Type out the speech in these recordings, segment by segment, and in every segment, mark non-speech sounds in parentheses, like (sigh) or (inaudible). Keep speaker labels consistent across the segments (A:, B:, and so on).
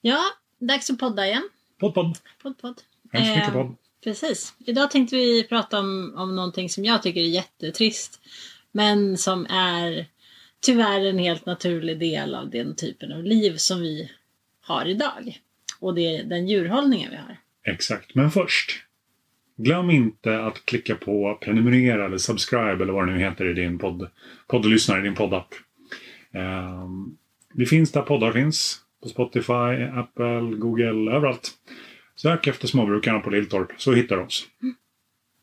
A: Ja, dags att podda igen.
B: Podd, podd.
A: Podd, podd.
B: Hemskt mycket
A: Eh,
B: podd.
A: Precis. Idag tänkte vi prata om, om någonting som jag tycker är jättetrist. Men som är tyvärr en helt naturlig del av den typen av liv som vi har idag. Och det är den djurhållningen vi har.
B: Exakt. Men först. Glöm inte att klicka på prenumerera eller subscribe eller vad det nu heter i din podd, poddlyssnare, i din poddapp. Ehm, vi finns där poddar finns. På Spotify, Apple, Google, överallt. Sök efter småbrukarna på Lilltorp så hittar du oss.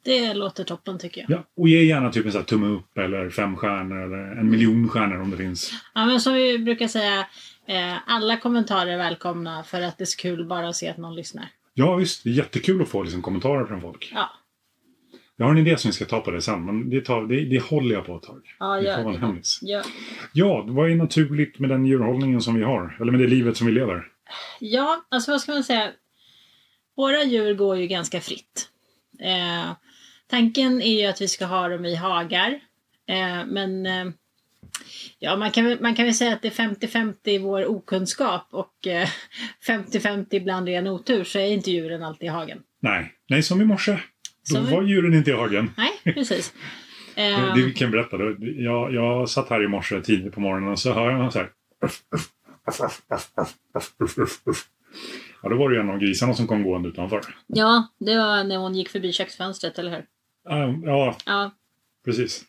A: Det låter toppen tycker jag.
B: Ja, och ge gärna typ en sån här tumme upp eller fem stjärnor eller en miljon stjärnor om det finns.
A: Ja, men som vi brukar säga, eh, alla kommentarer är välkomna för att det är så kul bara att se att någon lyssnar.
B: Ja visst, det är jättekul att få liksom, kommentarer från folk.
A: Ja,
B: Jag har en idé som vi ska ta på det sen, men det, tar, det, det håller jag på ett tag.
A: ja
B: det får
A: gör
B: vara en
A: det.
B: hemlis.
A: Gör
B: Ja, vad är naturligt med den djurhållningen som vi har? Eller med det livet som vi lever?
A: Ja, alltså vad ska man säga? Våra djur går ju ganska fritt. Eh, tanken är ju att vi ska ha dem i hagar. Eh, men eh, ja, man, kan, väl- man kan väl säga att det är 50-50 i vår okunskap och eh, (laughs) 50-50 ibland ren otur så är inte djuren alltid i hagen.
B: Nej, nej som i morse. Då
A: Som i-
B: var djuren inte i hagen.
A: Nej, precis.
B: (laughs) Det,
A: Eh,
B: det kan jag berätta. Då. Jag, jag satt här i morse tidigt på morgonen och så hör jag så här. Ja, då var det ju en av grisarna som kom gående utanför.
A: ja, det var när hon gick förbi köksfönstret, eller hur?
B: Ah, Ja,
A: Ja,
B: precis.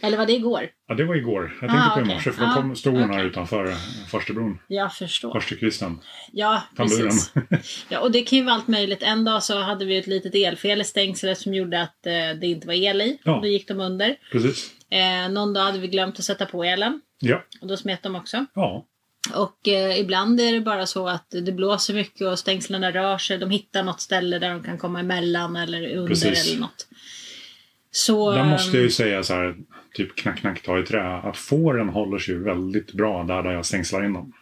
A: eller var det igår?
B: Ja, det var igår. Jag tänkte
A: Ah,
B: på i
A: okej.
B: morse, för då
A: Ah,
B: kom, stod hon här
A: okej.
B: utanför eh, farstukronan.
A: Jag förstår.
B: Farstukvisten.
A: Ja,
B: Tamburen.
A: precis. Ja, och det kan ju vara allt möjligt. En dag så hade vi ett litet elfel i stängslet som gjorde att eh, det inte var el i.
B: Ja.
A: Då gick de under.
B: (laughs) Precis.
A: Eh, någon dag hade vi glömt att sätta på elen.
B: Ja.
A: Och då smet de också.
B: Ja.
A: Och eh, ibland är det bara så att det blåser mycket och stängslen rör sig. De hittar något ställe där de kan komma emellan eller under
B: Precis.
A: eller något. Så...
B: Där måste jag
A: ehm,
B: ju säga så här, typ knack, knack, ta i trä, att fåren håller sig ju väldigt bra där, där jag stängslar in dem.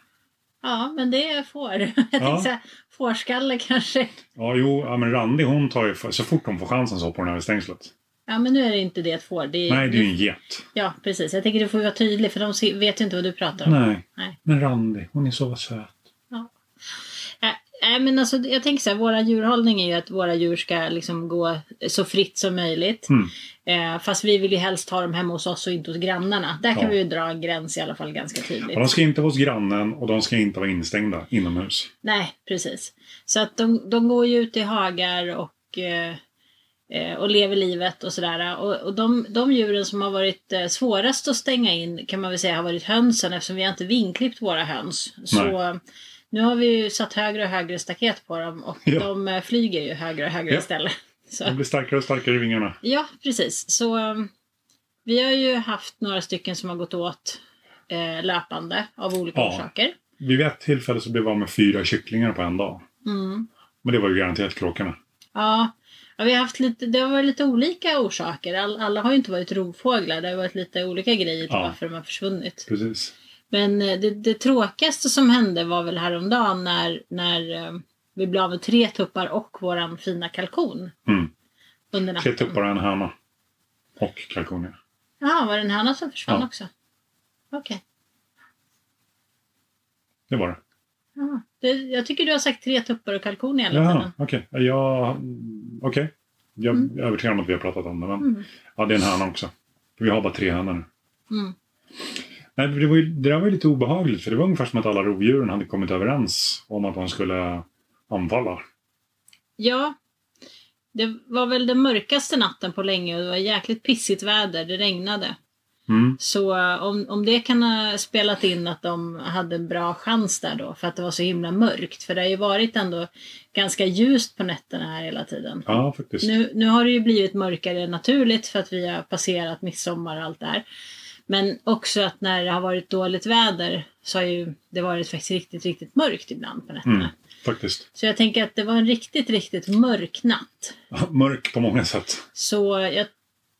A: Ja, men det är får. (laughs) Jag tänkte säga fårskalle kanske.
B: Ja, jo, ja, men Randi hon tar ju, så fort hon får chansen så hoppar hon över stängslet.
A: Ja, men nu är det inte det ett får. Det är,
B: Nej, det är ju en get.
A: Ja, precis. Jag tänker du får vara tydlig för de se- vet ju inte vad du pratar om.
B: Nej.
A: Nej.
B: Men Randi, hon är så söt.
A: Nej, nej, men alltså, jag tänker så här, våra djurhållning är ju att våra djur ska liksom gå så fritt som möjligt.
B: Mm.
A: Eh, fast vi vill ju helst ha dem hemma hos oss och inte hos grannarna. Där kan
B: Ja.
A: vi ju dra en gräns i alla fall ganska tydligt.
B: Och de ska inte vara hos grannen och de ska inte vara instängda inomhus.
A: Nej, precis. Så att de, de går ju ut i hagar och, eh, eh, och lever livet och sådär. Och, och de, de djuren som har varit eh, svårast att stänga in kan man väl säga har varit hönsen eftersom vi har inte vinklippt våra höns. Så nu har vi ju satt högre och högre staket på dem och
B: Ja.
A: de eh, flyger ju högre och högre
B: Ja.
A: istället. Så.
B: De blir starkare och starkare i vingarna.
A: Ja, precis. Så eh, vi har ju haft några stycken som har gått åt eh, löpande av olika
B: Ja.
A: orsaker.
B: Vid ett tillfälle så blev vi av med fyra kycklingar på en dag.
A: Mm.
B: Men det var ju garanterat kråkorna.
A: Ja, ja vi har haft lite, det har varit lite olika orsaker. All, alla har ju inte varit rovfåglar. Det har varit lite olika grejer till
B: Ja.
A: varför de har försvunnit.
B: Precis.
A: Men eh, det, det tråkigaste som hände var väl häromdagen när, när eh, vi blev av med tre tuppar och våran fina kalkon
B: Mm.
A: under natten.
B: Tre tuppar och en höna. Och kalkoner.
A: Ja, var det en höna som försvann
B: Ja.
A: också? Okej.
B: Det var det.
A: Ja. Det, jag tycker du har sagt tre tuppar och kalkon i alla
B: Jaha,
A: fall.
B: okej. Jag, okay. jag är övertygad om att vi har pratat om det. Men,
A: Mm.
B: Ja, det är en höna också. För vi har bara tre hönor nu.
A: Mm.
B: Nej, det, var ju, det där var ju lite obehagligt. För det var ungefär som att alla rovdjuren hade kommit överens om att de skulle anfalla.
A: Ja. Det var väl den mörkaste natten på länge och det var jäkligt pissigt väder. Det regnade.
B: Mm.
A: Så eh, om, om det kan ha spelat in att de hade en bra chans där då, för att det var så himla mörkt. För det har ju varit ändå ganska ljust på nätterna här hela tiden.
B: Ja, faktiskt.
A: Nu, nu har det ju blivit mörkare naturligt för att vi har passerat midsommar och allt det här. Men också att när det har varit dåligt väder så har ju det varit faktiskt riktigt, riktigt mörkt ibland på nätterna.
B: Mm, faktiskt. (laughs)
A: Så jag tänker att det var en riktigt, riktigt mörk natt.
B: Mörk på många sätt.
A: Så jag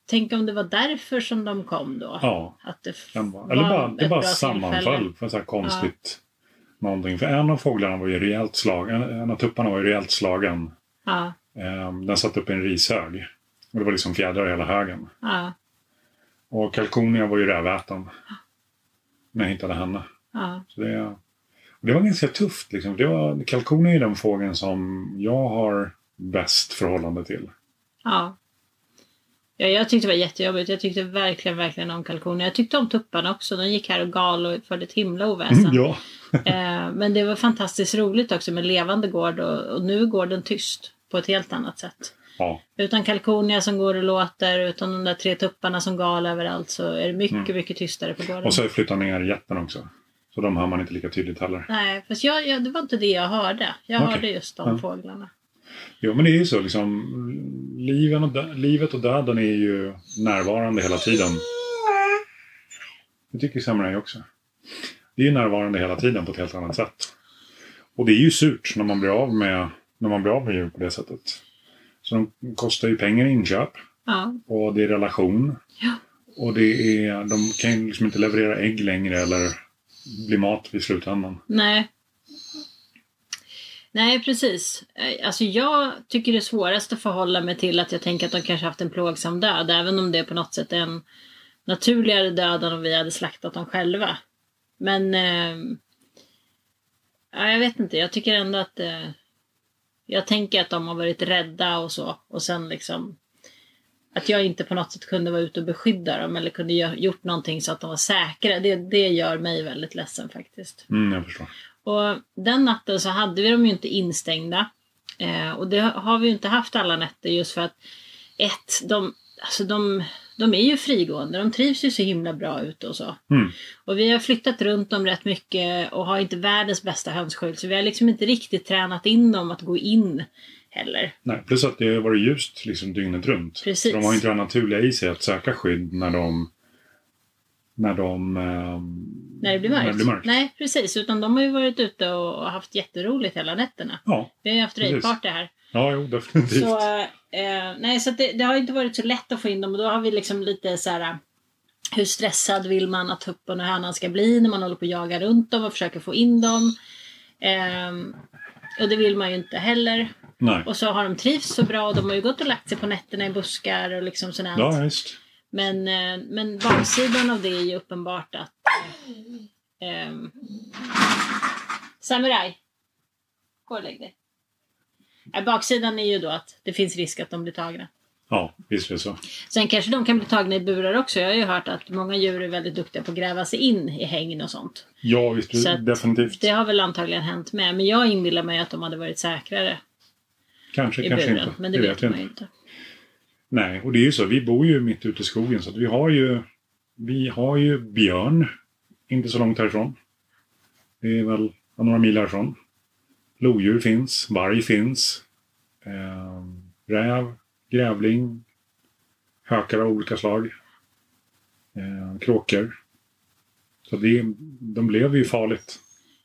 A: tänker om det var därför som de kom då.
B: Ja,
A: Att det f-
B: kan vara. Eller bara, det
A: ett
B: bara
A: bra tillfälle.
B: sammanföll. För så här konstigt. Någonting. För en av fåglarna var ju rejält slagen. En av tupparna var ju rejält slagen.
A: Ja,
B: Ehm, Den satt upp i en rishög. Och det var liksom fjädrar i hela högen.
A: ja,
B: Och kalkonia var ju rävätan. När jag hittade henne.
A: ja.
B: Så det, Det var ganska tufft. Liksom. Det var, kalkon är ju den fågeln som jag har bäst förhållande till.
A: Ja. ja. Jag tyckte det var jättejobbigt. Jag tyckte verkligen, verkligen om kalkoner. Jag tyckte om tupparna också. De gick här och gal och förde ett himla oväsen.
B: (laughs) Mm, Ja.
A: Eh, men det var fantastiskt roligt också med levande gård och, och nu går den tyst på ett helt annat sätt.
B: ja.
A: Utan kalkonia som går och låter, utan de där tre tupparna som gal överallt så är det mycket, mycket tystare på gården.
B: Mm. Och så flyttar ner jätten också. Så de hör man inte lika tydligt heller.
A: Nej, fast jag, jag, det var inte det jag hörde. Jag
B: Okej.
A: hörde just de
B: Ja.
A: fåglarna.
B: Jo, men det är ju så liksom. Liven och dö- livet och döden är ju närvarande hela tiden. Det tycker Samurai också. Det är ju närvarande hela tiden på ett helt annat sätt. Och det är ju surt när man blir av med, när man blir av med djur på det sättet. Så de kostar ju pengar i inköp
A: Ja,
B: och det är relation.
A: Ja.
B: Och det är, de kan ju liksom inte leverera ägg längre eller bli mat vid slutändan.
A: nej. Nej, precis. Eh, Alltså jag tycker det svåraste att förhålla mig till att jag tänker att de kanske haft en plågsam död, även om det på något sätt är en naturligare död än om vi hade slaktat dem själva. Men eh, ja, jag vet inte, jag tycker ändå att eh, jag tänker att de har varit rädda och så och sen liksom att jag inte på något sätt kunde vara ute och beskydda dem eller kunde gö- gjort någonting så att de var säkra. Det, det gör mig väldigt ledsen faktiskt.
B: Mm, jag förstår.
A: Och den natten så hade vi dem ju inte instängda. Eh, och det har vi ju inte haft alla nätter just för att ett, de, alltså de, de är ju frigående. De trivs ju så himla bra ute och så.
B: Mm.
A: Och vi har flyttat runt dem rätt mycket och har inte världens bästa hönsskydd. Så vi har liksom inte riktigt tränat in dem att gå in heller.
B: Nej, plus att det har varit ljust liksom dygnet runt.
A: Precis.
B: De har inte det naturliga i sig att söka skydd när de... När de... ehm,
A: När det blir mörkt.
B: När det blir mörkt.
A: Nej, precis. Utan de har ju varit ute och och haft jätteroligt hela nätterna.
B: Ja,
A: Vi har ju haft
B: Precis.
A: rejvparty här.
B: ja jo, definitivt.
A: Så, eh, nej, så att det, det har inte varit så lätt att få in dem och då har vi liksom lite så här hur stressad vill man att tuppen och hönan ska bli när man håller på att jaga runt dem och försöker få in dem. Ehm, och det vill man ju inte heller.
B: Nej.
A: Och så har de trivts så bra och de har ju gått och lagt sig på nätterna i buskar och liksom sånt. här.
B: Ja, just.
A: Men, eh, men baksidan av det är ju uppenbart att... Eh, ehm, samurai! Gå och lägg dig. Eh, baksidan är ju då att det finns risk att de blir tagna.
B: Ja, visst är det så.
A: Sen kanske de kan bli tagna i burar också. Jag har ju hört att många djur är väldigt duktiga på att gräva sig in i hägn och sånt.
B: Ja, visst,
A: Så att
B: definitivt.
A: Det har väl antagligen hänt med. Men jag inbillar mig att de hade varit säkrare
B: Kanske,
A: i
B: kanske
A: buren.
B: inte.
A: Men det, vet man ju inte.
B: Nej, och det är ju så. Vi bor ju mitt ute i skogen så att vi har ju... Vi har ju björn. Inte så långt härifrån. Det är väl några mil härifrån. Lodjur finns. Varg finns. Eh, räv. Grävling. Hökar av olika slag. Eh, kråkor. Så det, de lever ju farligt.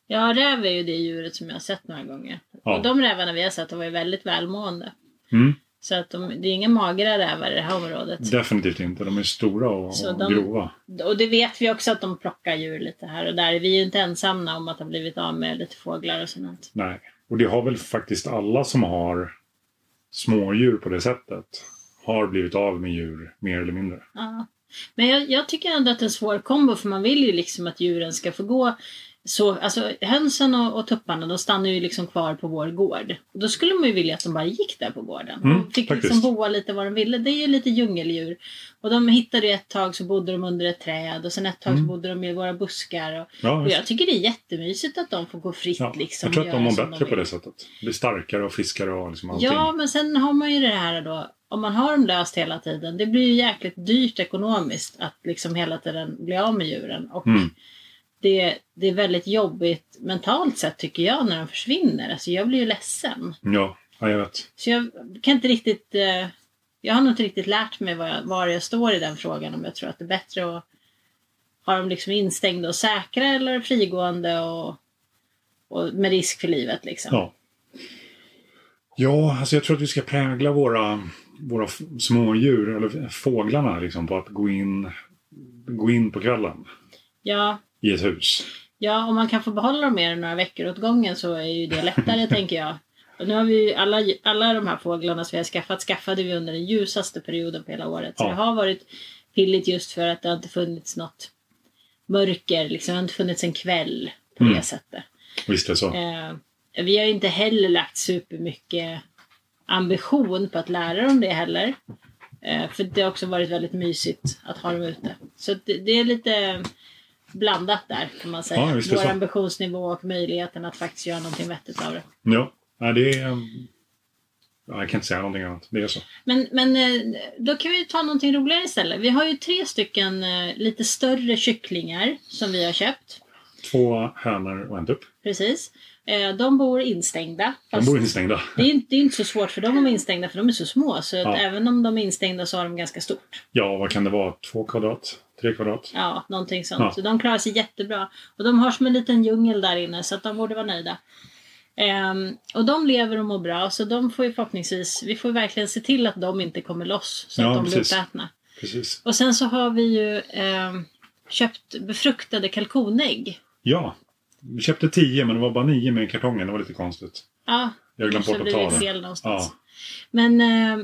A: Ja, räv är ju det djuret som jag har sett några gånger.
B: Ja.
A: Och de rävarna vi har sett har varit väldigt välmående.
B: Mm,
A: Så att de, det är inga magra rävar i det här området.
B: definitivt inte. De är stora och,
A: Så
B: och
A: de-
B: grova.
A: Och det vet vi också att de plockar djur lite här och där. Vi är ju inte ensamma om att ha blivit av med lite fåglar och sånt.
B: Nej, och det har väl faktiskt alla som har smådjur på det sättet har blivit av med djur mer eller mindre.
A: Ja. Men jag, jag tycker ändå att det är en svår kombo för man vill ju liksom att djuren ska få gå. Så, alltså, hönsen och, och tupparna de stannar ju liksom kvar på vår gård. Och då skulle man ju vilja att de bara gick där på gården.
B: Mm,
A: de fick
B: faktiskt.
A: liksom boa lite vad de ville. Det är ju lite djungeldjur. Och de hittade ju ett tag så bodde de under ett träd och sen ett tag
B: Mm.
A: så bodde de i våra buskar. Och,
B: Ja,
A: och jag tycker det är jättemysigt att de får gå fritt
B: ja.
A: liksom.
B: jag tror
A: och
B: att de
A: göra
B: mår
A: som
B: bättre på
A: vill.
B: det sättet. Blir starkare och friskare och liksom allting.
A: Ja, men sen har man ju det här då. Om man har dem löst hela tiden, det blir ju jäkligt dyrt ekonomiskt att liksom hela tiden bli av med djuren. Och
B: Mm.
A: det, det är väldigt jobbigt mentalt sett tycker jag när de försvinner. Alltså jag blir ju ledsen.
B: Ja, ja, jag vet.
A: Så jag kan inte riktigt, eh, jag har nog inte riktigt lärt mig var jag, var jag står i den frågan. Om jag tror att det är bättre att ha dem liksom instängda och säkra eller frigående och, och med risk för livet liksom.
B: Ja. Ja, alltså jag tror att vi ska prägla våra, våra f- smådjur, eller fåglarna, liksom, på att gå in, gå in på kvällen
A: ja
B: i ett hus.
A: Ja, om man kan få behålla dem mer än några veckor åt gången så är ju det
B: (laughs)
A: lättare tänker jag. Och nu har vi ju alla, alla de här fåglarna som vi har skaffat skaffade vi under den ljusaste perioden på hela året. Så
B: Ja.
A: det har varit pilligt just för att det har inte funnits något mörker, liksom. det har inte funnits en kväll på
B: Mm.
A: det sättet.
B: Visst är det så.
A: Eh, vi har ju inte heller lagt supermycket ambition på att lära dem det heller. Eh, för det har också varit väldigt mysigt att ha dem ute. Så att det, det är lite blandat där kan man säga.
B: Ja, visst är det
A: Vår
B: så.
A: ambitionsnivå och möjligheten att faktiskt göra någonting vettigt av det.
B: Ja, ja det är... Ja, jag kan inte säga någonting annat. Det är så.
A: Men, men eh, då kan vi ta någonting roligare istället. Vi har ju tre stycken eh, lite större kycklingar som vi har köpt.
B: Två hönor och en tupp.
A: Precis. Eh, De bor instängda.
B: De
A: Fast
B: bor instängda.
A: det, är inte, det är inte så svårt för dem att vara instängda för de är så små. Så att
B: Ja.
A: även om de är instängda så har de ganska stort.
B: Ja, vad kan det vara? Två kvadrat? Tre kvadrat?
A: Ja, någonting sånt.
B: Ja.
A: Så de klarar sig jättebra. Och de har som en liten djungel där inne så att de borde vara nöjda. Ehm, och de lever och mår bra så de får ju förhoppningsvis, vi får ju verkligen se till att de inte kommer loss så
B: Ja,
A: att de blir
B: precis.
A: uppätna.
B: Precis.
A: Och sen så har vi ju ehm, köpt befruktade kalkonägg.
B: Ja. Vi köpte tio, men det var bara nio med i kartongen. Det var lite konstigt.
A: Ja,
B: Jag glömde
A: kanske
B: bort att ta
A: blivit
B: det.
A: fel någonstans.
B: Ja.
A: Men eh,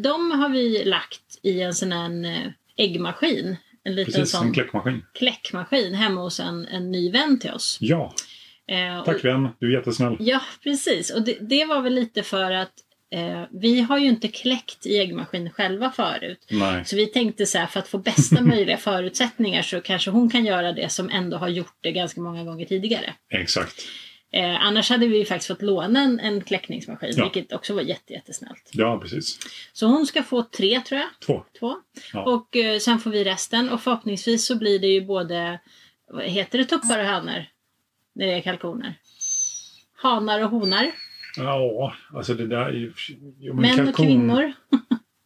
A: de har vi lagt i en sån här eh, äggmaskin. En liten
B: Precis, en
A: sån
B: kläckmaskin.
A: kläckmaskin hemma hos en, en ny vän till oss.
B: Ja,
A: Eh,
B: tack
A: och,
B: vän. Du är jättesnäll.
A: Ja, precis. Och det, det var väl lite för att eh, vi har ju inte kläckt i äggmaskin själva förut.
B: Nej,
A: Så vi tänkte så här, för att få
B: (laughs)
A: bästa möjliga förutsättningar så kanske hon kan göra det som ändå har gjort det ganska många gånger tidigare.
B: exakt.
A: Eh, annars hade vi ju faktiskt fått låna en, en kläckningsmaskin,
B: Ja.
A: vilket också var jätte, jättesnällt.
B: Ja, precis.
A: Så hon ska få tre tror jag.
B: Två.
A: två.
B: Ja.
A: Och eh, sen får vi resten och förhoppningsvis så blir det ju både, vad heter det tuppar och hanar? När det är kalkoner. Hanar och honar.
B: Ja, alltså det där är ju... jo, men
A: Män och kvinnor.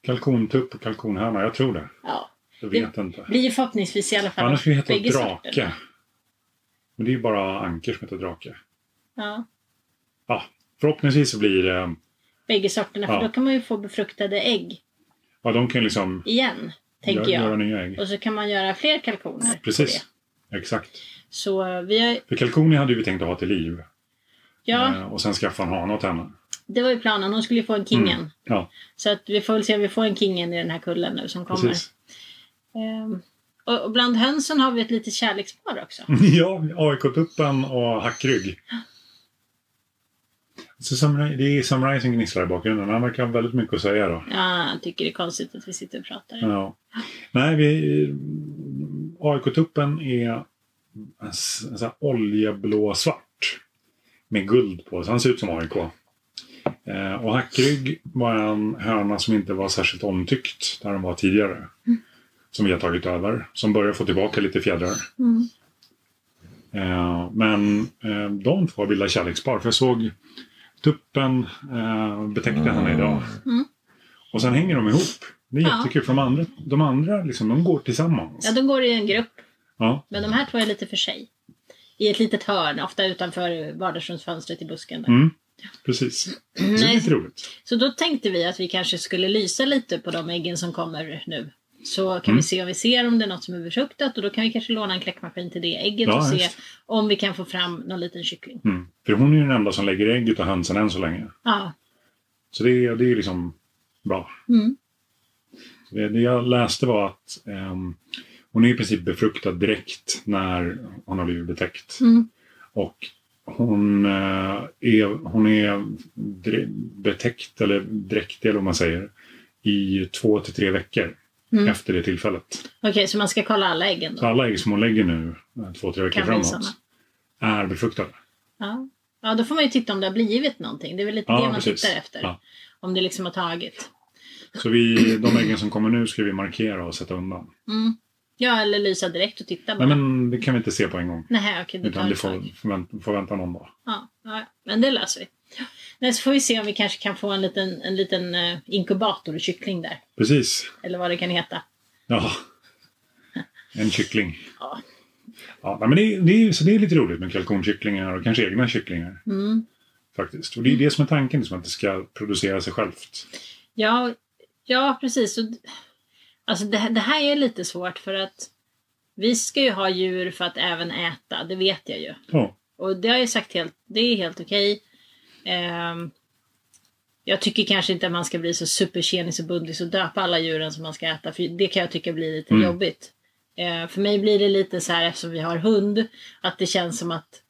B: Kalkontupp och kalkonhörna. Jag tror det.
A: Ja.
B: Jag vet inte.
A: Blir ju förhoppningsvis i alla fall
B: Annars skulle det
A: bägge
B: heta
A: sorterna.
B: drake. Men det är ju bara anker som heter drake.
A: Ja.
B: Ja, förhoppningsvis så blir det...
A: Bägge sorterna, för
B: Ja.
A: då kan man ju få befruktade ägg
B: Ja, de kan ju liksom
A: igen. Tänker
B: gö- göra
A: jag.
B: nya ägg.
A: Och så kan man göra fler kalkoner. på
B: Precis.
A: det.
B: Exakt.
A: Så eh, vi har,
B: För kalkonen hade vi tänkt att ha till liv.
A: ja,
B: Eh, Och sen skaffa en hane åt henne.
A: det var ju planen. Hon skulle ju få en kingen.
B: Mm. Ja,
A: Så att vi får väl se om vi får en kingen i den här kullen nu som kommer.
B: precis. (laughs)
A: Ehm, och och bland hönsen har vi ett litet kärlekspar också.
B: Ja, AIK-tuppen och hackrygg. Så Samurai, det är Samurai som gnisslar i bakgrunden. Han verkar ha väldigt mycket att säga då.
A: Ja, han tycker det är konstigt att vi sitter och pratar.
B: Ja. Nej, vi... AIK-tuppen är en s- en sån här oljeblå-svart. Med guld på, så han ser ut som AIK. Eh, och Hackrygg var en höna som inte var särskilt omtyckt där den var tidigare.
A: Mm.
B: Som vi har tagit över. Som börjar få tillbaka lite fjädrar.
A: Mm.
B: Eh, men eh, de två bildar kärlekspar. För jag såg tuppen eh, betäckte henne idag.
A: Mm.
B: Och sen hänger de ihop. Det är
A: Ja.
B: jättekul. För de andra, de andra liksom, de går tillsammans.
A: Ja, de går i en grupp,
B: Ja,
A: men de här två är lite för sig. I ett litet hörn, ofta utanför vardagsrumsfönstret i busken. Där.
B: mm, precis. Det är
A: (clears throat) Nej,
B: lite roligt.
A: så då tänkte vi att vi kanske skulle lysa lite på de äggen som kommer nu. Så kan
B: Mm.
A: vi se om vi ser om det är något som är befruktat och då kan vi kanske låna en kläckmaskin till det ägget
B: Ja,
A: och se
B: just.
A: om vi kan få fram någon liten kyckling.
B: Mm. För hon är ju den enda som lägger ägget och hönsen än så länge.
A: Ja.
B: Så det, är- det är liksom bra.
A: Mm.
B: Det, det jag läste var att ehm, hon är i princip befruktad direkt när hon har blivit betäckt.
A: Mm.
B: Och hon eh, är, hon är dre- betäckt, eller dräktig eller vad man säger, i två till tre veckor
A: Mm.
B: efter det tillfället.
A: Okej, så man ska kolla alla äggen
B: Så
A: då?
B: alla ägg som hon lägger nu, eh, två, tre veckor
A: Kan bli
B: framåt,
A: såna.
B: är befruktade.
A: Ja. ja, då får man ju titta om det har blivit någonting. Det är väl lite
B: Ja,
A: det man
B: precis.
A: tittar efter.
B: Ja.
A: Om det liksom har tagit.
B: Så vi, de äggen som kommer nu ska vi markera och sätta undan.
A: Mm. Ja, eller lysa direkt och titta bara.
B: Nej, men det kan vi inte se på en gång.
A: Nej, okej, det
B: Utan
A: tar
B: det
A: ett
B: får,
A: tag.
B: får, vänta, får vänta någon dag.
A: Ja, ja, ja. men det löser vi. Ja. Nej, så får vi se om vi kanske kan få en liten, en liten eh, inkubatorkyckling där.
B: Precis.
A: Eller vad det kan heta.
B: Ja. En kyckling.
A: Ja.
B: Ja, nej, men det, är- det, är, så det är lite roligt med kalkonkycklingar och kanske egna kycklingar.
A: Mm.
B: Faktiskt. Och det är det som är tanken, liksom, att det ska producera sig självt.
A: Ja, ja, precis. Och d- Alltså det, här- det här är lite svårt för att vi ska ju ha djur för att även äta, det vet jag ju.
B: Ja,
A: Och det har jag sagt helt, det är helt okej. Ehm, jag tycker kanske inte att man ska bli så supertjenis och bundis och döpa alla djuren som man ska äta. För det kan jag tycka blir lite Ehm,
B: Mm.
A: jobbigt. Eh, för mig blir det lite så här eftersom vi har hund. Att det känns som att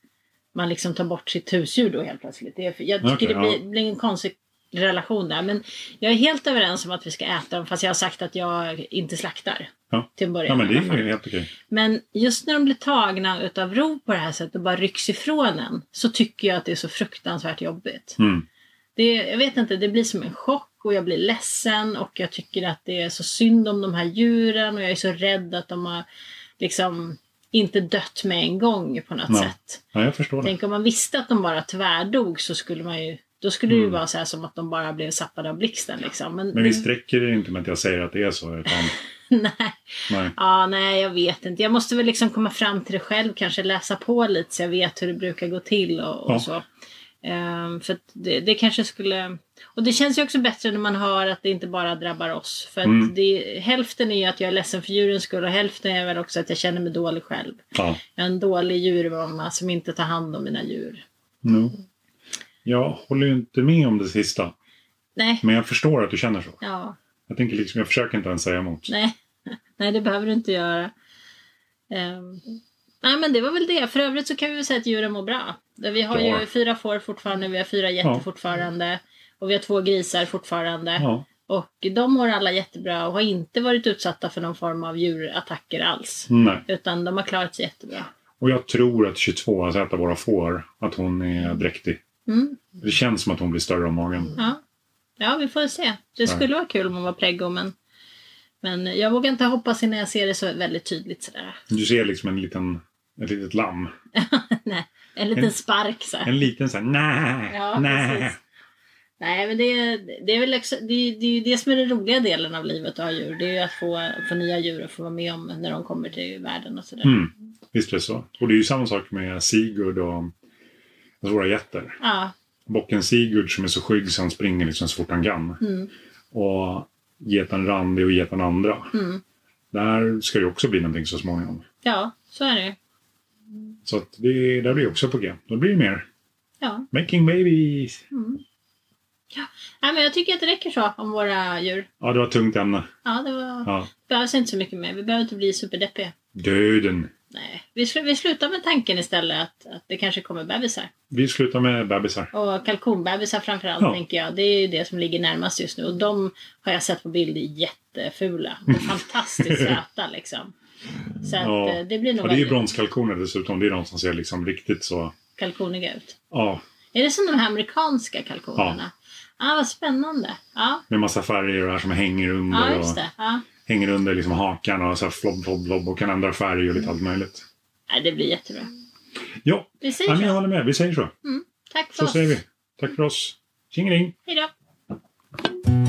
A: man liksom tar bort sitt husdjur då helt plötsligt. Det är, jag tycker
B: Okej,
A: det blir,
B: ja.
A: blir en konstig relation där. Men jag är helt överens om att vi ska äta dem fast jag har sagt att jag inte slaktar.
B: Ja.
A: Till en början
B: Ja, men det
A: i alla
B: är
A: fall.
B: ju helt okej.
A: Men just när de blir tagna utav ro på det här sättet och bara rycks ifrån en så tycker jag att det är så fruktansvärt jobbigt.
B: Mm.
A: Det, jag vet inte, det blir som en chock och jag blir ledsen och jag tycker att det är så synd om de här djuren och jag är så rädd att de har liksom inte dött med en gång på något
B: Nej.
A: sätt.
B: Ja, jag förstår det.
A: Tänk om man visste att de bara tvärdog så skulle man ju då skulle det ju vara så här som att de bara blev zappade av blixten liksom. Men,
B: Mm. Men visst räcker det inte med att jag säger att det är så. Utan,
A: (laughs) nej.
B: nej.
A: Ja, nej, jag vet inte. Jag måste väl liksom komma fram till det själv, kanske läsa på lite så jag vet hur det brukar gå till och, och
B: Ja.
A: så. Ehm, för att det, det kanske skulle... Och det känns ju också bättre när man hör att det inte bara drabbar oss. För att
B: Mm.
A: det, hälften är ju att jag är ledsen för djurens skull och hälften är väl också att jag känner mig dålig själv.
B: Ja.
A: Jag är en dålig djurmamma som inte tar hand om mina djur.
B: No. Jag håller ju inte med om det sista.
A: Nej,
B: Men jag förstår att du känner så.
A: ja,
B: Jag tänker liksom, jag försöker inte ens säga emot.
A: nej. (laughs) nej, det behöver du inte göra. Ehm, Nej men det var väl det. För övrigt så kan vi väl säga att djuren mår bra. Vi har
B: Ja.
A: ju fyra får fortfarande, vi har fyra getter
B: Ja.
A: fortfarande. Och vi har två grisar fortfarande.
B: Ja.
A: Och de mår alla jättebra och har inte varit utsatta för någon form av djurattacker alls.
B: Nej.
A: Utan de har klarat sig jättebra.
B: Och jag tror att 22, alltså ett av våra får, att hon är dräktig.
A: Mm.
B: Det känns som att hon blir större om magen.
A: Ja. ja, vi får se. Det
B: Så.
A: skulle vara kul om hon var preggo men, men jag vågar inte hoppas innan jag ser det så väldigt tydligt sådär.
B: Du ser liksom en liten, ett litet lamm.
A: Nej, en liten
B: En-
A: spark så. här.
B: En liten sån här, nä,
A: Ja,
B: nä.
A: precis. Nej, men det, det är väl också, det, är- det är ju det som är den roliga delen av livet att ha djur. Det är ju att få, få nya djur och få vara med om när de kommer till världen och sådär.
B: Mm. Visst är det så. Och det är ju samma sak med Sigurd och alltså våra getter.
A: Ja,
B: Bocken Sigurd som är så skygg så han springer liksom så fort han kan.
A: mm,
B: Och geten Randi och geten Andra.
A: mm.
B: Där ska det ju också bli någonting så småningom.
A: ja så är det ju.
B: Så att det, där blir också på G. Då blir det mer
A: Ja. mm.
B: Making Babies.
A: Nej, men jag tycker att det räcker så om våra djur.
B: Ja, det var ett tungt ämne.
A: Ja, det var,
B: Ja.
A: behövs inte så mycket mer. Vi behöver inte bli superdeppiga.
B: Döden.
A: Nej, vi, sl- vi slutar med tanken istället att, att det kanske kommer bebisar.
B: Vi slutar med bebisar.
A: Och kalkonbebisar framförallt
B: Ja.
A: tänker jag. Det är ju det som ligger närmast just nu. Och de har jag sett på bild är jättefula.
B: (laughs)
A: Och fantastiskt söta liksom. Så att
B: Ja.
A: eh, det blir nog
B: Och det är ju
A: väldigt
B: bronskalkoner dessutom. Det är de som ser liksom riktigt så...
A: kalkoniga ut.
B: Ja,
A: Är det som de här amerikanska kalkonerna? Ja, ah, vad spännande. Ja,
B: med massa färger och Mm, det här som hänger
A: ja
B: under. och
A: just det. Ja.
B: hänger under liksom hakan och så här flobb, flobb, flobb och kan ändra färg och lite allt möjligt.
A: Nej, det blir jättebra.
B: Ja,
A: Vi säger
B: nej, men jag
A: så.
B: håller med. Vi säger så.
A: Tack för
B: Så
A: oss.
B: säger vi. Tack för oss. Tjingeling!
A: Hej då.